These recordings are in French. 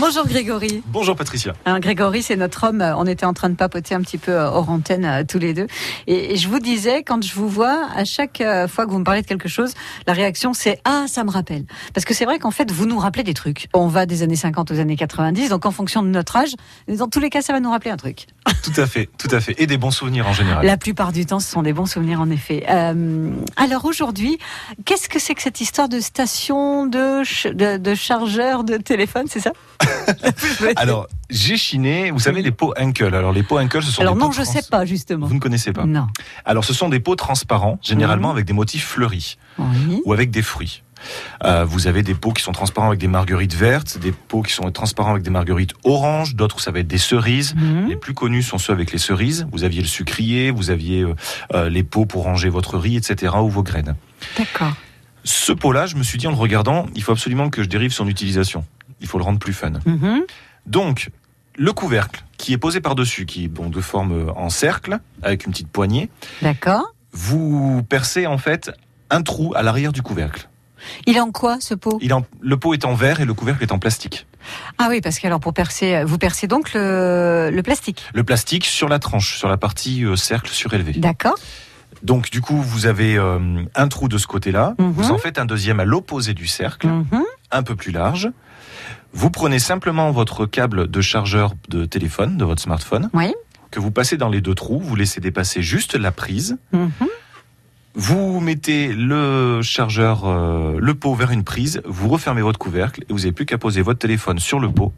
Bonjour Grégory. Bonjour Patricia. Alors, Hein, Grégory, c'est notre homme. Euh, On était en train de papoter un petit peu euh, hors antenne euh, tous les deux. Et, et je vous disais, quand je vous vois, à chaque euh, fois que vous me parlez de quelque chose, la réaction c'est Ah, ça me rappelle. Parce que c'est vrai qu'en fait, vous nous rappelez des trucs. On va des années 50 aux années 90, donc en fonction de notre âge, dans tous les cas, ça va nous rappeler un truc. Tout à fait, tout à fait. Et des bons souvenirs en général. La plupart du temps, ce sont des bons souvenirs en effet. Euh, alors aujourd'hui, qu'est-ce que c'est que cette histoire de station de, ch- de, de chargeur de téléphone, c'est ça Alors, j'ai chiné, vous savez, les pots Henkel. Alors, les pots Henkel, ce sont Alors des non, pots je trans- sais pas justement. Vous ne connaissez pas. Non. Alors, ce sont des pots transparents, généralement Mhm. avec des motifs fleuris Oui. ou avec des fruits. Euh, vous avez des pots qui sont transparents avec des marguerites vertes, des pots qui sont transparents avec des marguerites oranges, d'autres où ça va être des cerises. Mhm. Les plus connus sont ceux avec les cerises. Vous aviez le sucrier, vous aviez euh, euh, les pots pour ranger votre riz, etc., ou vos graines. D'accord. Ce pot-là, je me suis dit en le regardant, il faut absolument que je dérive son utilisation. Il faut le rendre plus fun. Mhm. Donc, le couvercle qui est posé par-dessus, qui est bon, de forme euh, en cercle, avec une petite poignée, D'accord. vous percez en fait un trou à l'arrière du couvercle. Il est en quoi ce pot Il est en- le pot est en verre et le couvercle est en plastique. Ah oui, parce que alors pour percer, euh, vous percez donc le, le plastique. Le plastique sur la tranche, sur la partie euh, cercle surélevée. D'accord. Donc, du coup, vous avez euh, un trou de ce côté-là, Mhm. vous en faites un deuxième à l'opposé du cercle, Mhm. un peu plus large. Vous prenez simplement votre câble de chargeur de téléphone, de votre smartphone, Oui. que vous passez dans les deux trous, vous laissez dépasser juste la prise. Mhm. Vous mettez le chargeur, euh, le pot vers une prise, vous refermez votre couvercle et vous n'avez plus qu'à poser votre téléphone sur le pot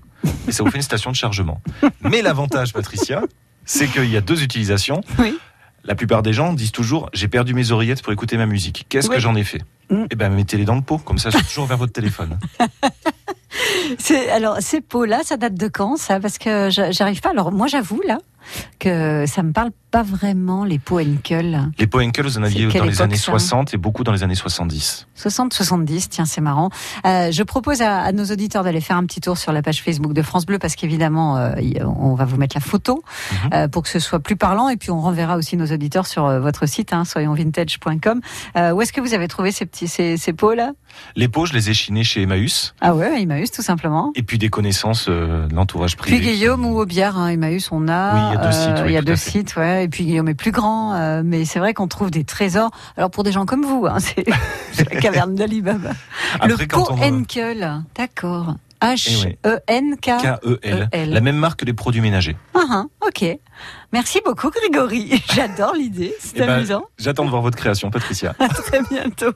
et ça vous fait une station de chargement. Mais l'avantage, Patricia, c'est qu'il y a deux utilisations. Oui. La plupart des gens disent toujours j'ai perdu mes oreillettes pour écouter ma musique. Qu'est-ce Oui. que j'en ai fait Mm. Eh ben mettez-les dans le pot, comme ça c'est toujours vers votre téléphone. C'est- Alors ces pots-là, ça date de quand ça Parce que j'a- j'arrive pas. Alors moi j'avoue là que ça me parle pas vraiment les pots Henkel. Les pots Henkel, vous en C'est aviez quelle dans les époque, années ça 60 et beaucoup dans les années 70. 60-70, tiens, c'est marrant. Euh, je propose à, à nos auditeurs d'aller faire un petit tour sur la page Facebook de France Bleu parce qu'évidemment, euh, y- on va vous mettre la photo Mhm. euh, pour que ce soit plus parlant et puis on renverra aussi nos auditeurs sur euh, votre site, hein, soyonsvintage.com. Euh, où est-ce que vous avez trouvé ces petits ces, ces pots là Les pots, je les ai chinés chez Emmaüs. Ah ouais, à Emmaüs tout simplement. Et puis des connaissances euh, de l'entourage Puis privé. Guillaume ou Aubière, hein, Emmaüs, on a. euh, Oui, il y a deux sites, oui, il y a tout deux à fait. sites, ouais. Et puis Guillaume est plus grand, euh, mais c'est vrai qu'on trouve des trésors. Alors pour des gens comme vous, hein, c'est c'est la caverne d'Alibaba. Après, le quand pot on- Henkel, d'accord. E Eh H-E-N-K. K-E-L. E-L. E La même marque des produits ménagers. Ah, hein, ok. Merci beaucoup, Grégory. J'adore l'idée. C'est Eh ben- amusant. J'attends de voir votre création, Patricia. À très bientôt.